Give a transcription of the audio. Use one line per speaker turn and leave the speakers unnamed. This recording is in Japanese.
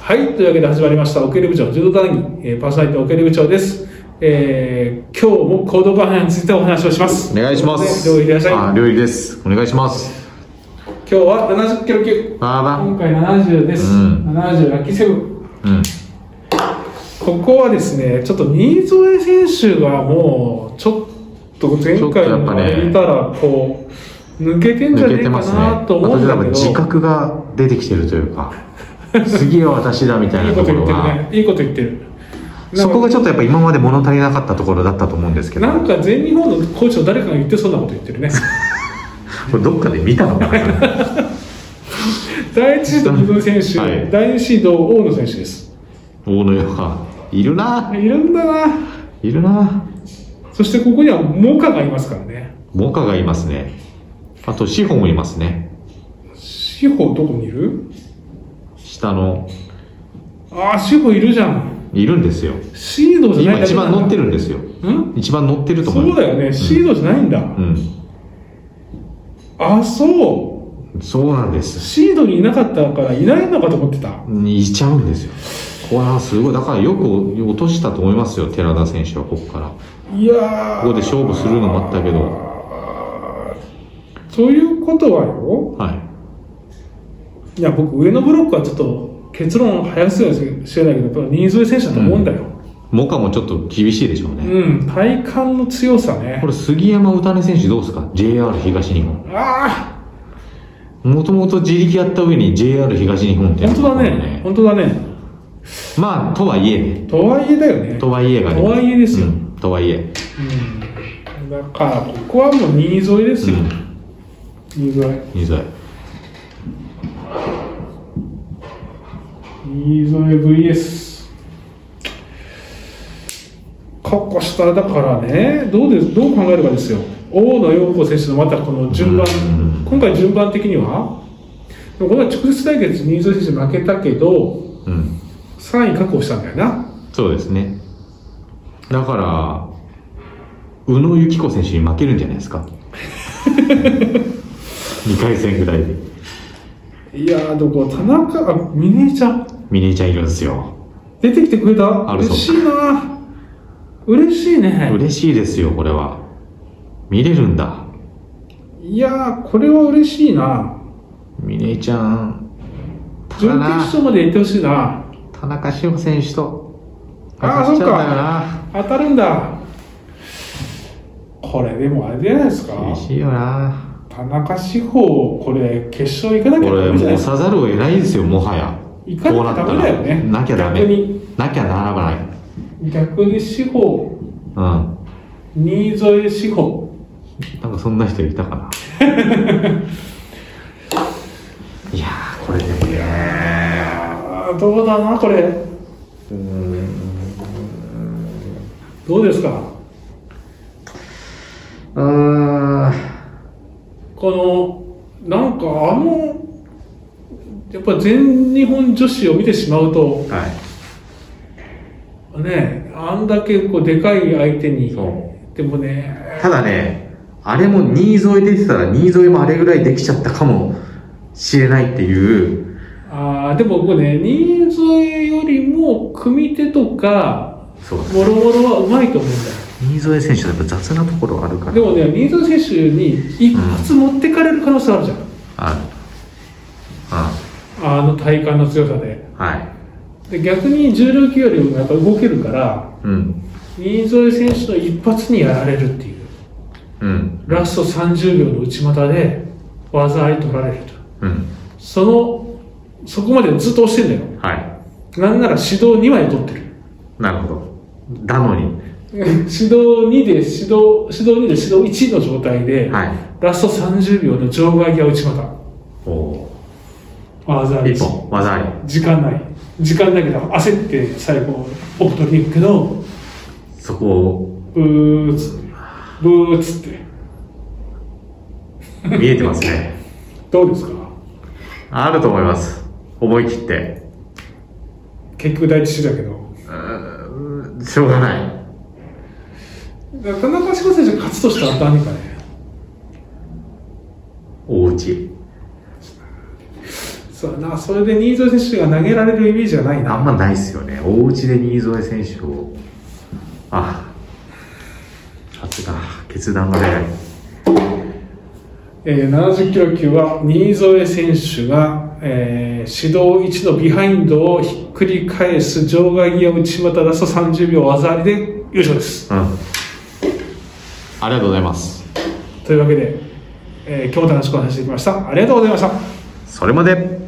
はい、というわけで始まりました、オケル部長柔道談義、えーパーソナリティオケル部長です。えー今日も行動パンについてお話をします。
お願いします。
ということで両方いらっしゃい。
あ、料理です。お願いします。
今日は70キロ級。
あ
今回70です。
うん
70ラッキーセブン。
ら。うん。
ここはですね、ちょっと新添選手がもう、ちょっと前回のあれ見たら、こう、抜けてんじゃ
抜
ね
け
え
て
か
ますね。
なと思う
私
んだ
な
け
ん
ど
か、自覚が出てきてるというか、すげえ私だみたい
いい
な
こと
とこ
言
ろ
ってる
が。
ね。いいこと言ってる。
そこがちょっとやっぱ今まで物足りなかったところだったと思うんですけど、
なんか全日本のコーチの誰かが言ってそうなこと言ってるね。
これどっかで見たのか な。
第一シード、水野選手、
はい
第二シード、大野選手です。
大野洋がいるな、
いるんだな。
いるな。
そしてここにはモカがいますからね。
モカがいますね。あとシホもいますね。
志保どこにいる
下の
ああ、志保いるじゃん。
いるんですよ。
シードじゃな
今
い
一番乗って
る。
るんですよ。
ん
一番乗ってると思う。
そうだよね、シードじゃないんだ。
うん。
あ、そう。
そうなんです。
シードにいなかったからいないのかと思ってた。
にいちゃうんですよ。これはすごい。だからよく落としたと思いますよ、寺田選手はここから。
いやー。
ここで勝負するのもあったけど。
ということはよ、
はい。
いや、僕、上のブロックはちょっと結論早すぎるかもしれないけど、やっぱ新添選手だと思うんだよ。
モカもちょっと厳しいでしょうね。
うん、体幹の強さね
こ。れ杉山歌音選手どうですか ?JR 東日本。
あ
もともと自力やった上に JR 東日本っ
あ、
て
本当だね、本当だね。
まあ、とはいえね。
とはいえだよね。
とはいえがね。
とはいえですよ
うんとはいえ。
うん、だから、ここはもう新添です
う
よ。
ん。
新添。
2歳。
新添 VS。ここ下だからね、どうです、どう考えるかですよ。大野陽子選手のまたこの順番
うん、
今回順番的には、でもこれは直接対決、新添選手負けたけど、
うん。
3位確保したんだよな。
そうですね。だから、宇野由紀子選手に負けるんじゃないですか。2回戦ぐらいで。
いやー、どこ、田中、あ、ミネちゃん。
ミニーちゃんいるんですよ。
出てきてくれた
ある
嬉
そう
しいな嬉しいね
嬉しいですよ、これは。見れるんだ。
いやーこれは嬉しいな
ミニーちゃん。た
準
だ
決
な、
勝まで行ってほしいな
田中志保選手と当
あー
たっちゃうんだよな。
当たるんだこれでもあれじゃないですか
厳しいよな。
田中志保これ決勝行かな
こ
きゃダ
れ、
メじゃな
も
いう
さざるを得ないですよ、もはや。
行かなきゃダメだよね
こうなったらなきゃダ
逆
メ
に。
なきゃならない。
逆に志保
うん。
新添志保
なんかそんな人いたかな。いやー、これね。
あーどうだなこれどうですか
うーん。
このなんかあのやっぱ全日本女子を見てしまうと
はい。
ねあんだけこうでかい相手に
そ
でもね
ただね、あれも新添出てたら、新添もあれぐらいできちゃったかもしれないっていう。
あーでも僕ね新添よりも組手とか
そうです
もろもろはうまいと思うんだよ
新添選手はやっぱ雑なところあるから。
でもね新添選手に一発持ってかれる可能性あるじゃん、
ある。
あの体幹の強さで
うん。はい。
で逆に重量級よりもやっぱ動けるから
うん。
新添選手の一発にやられるっていう
うん。
ラスト30秒の内股で技あり取られると
うん。
そのそこまでずっと押してんだよ
は
なんなら指導2枚取ってる
い。なるほど。だのに。
指導2で指導指導2で指導1の状態で、
はい。
ラスト30秒の場外際内股
おお
技あ
ー。
り
一本、技あり。
時間ない時間だけど焦って最後奥取りに行くけど
そこを
ブーっつってブーっつって
見えてますね。
どうですか
あると思います。思い切って。
結局第一種だけど
うーんしょうがない。
だから田中志保選手が勝つとしたら何かね
おうち。
そうやなそれで新添選手が投げられるイメージがない
あ
なん
まないっすよね。お家で新添選手を。あ、
初が
あ決断が早い。
えー70キロ級は新添選手が、えー指導1のビハインドをひっくり返す場外際内股ラスト30秒技ありで優勝です
うん。
ありがとうございます
というわけで、えー今日も楽しくお話しできましたありがとうございました
それまで。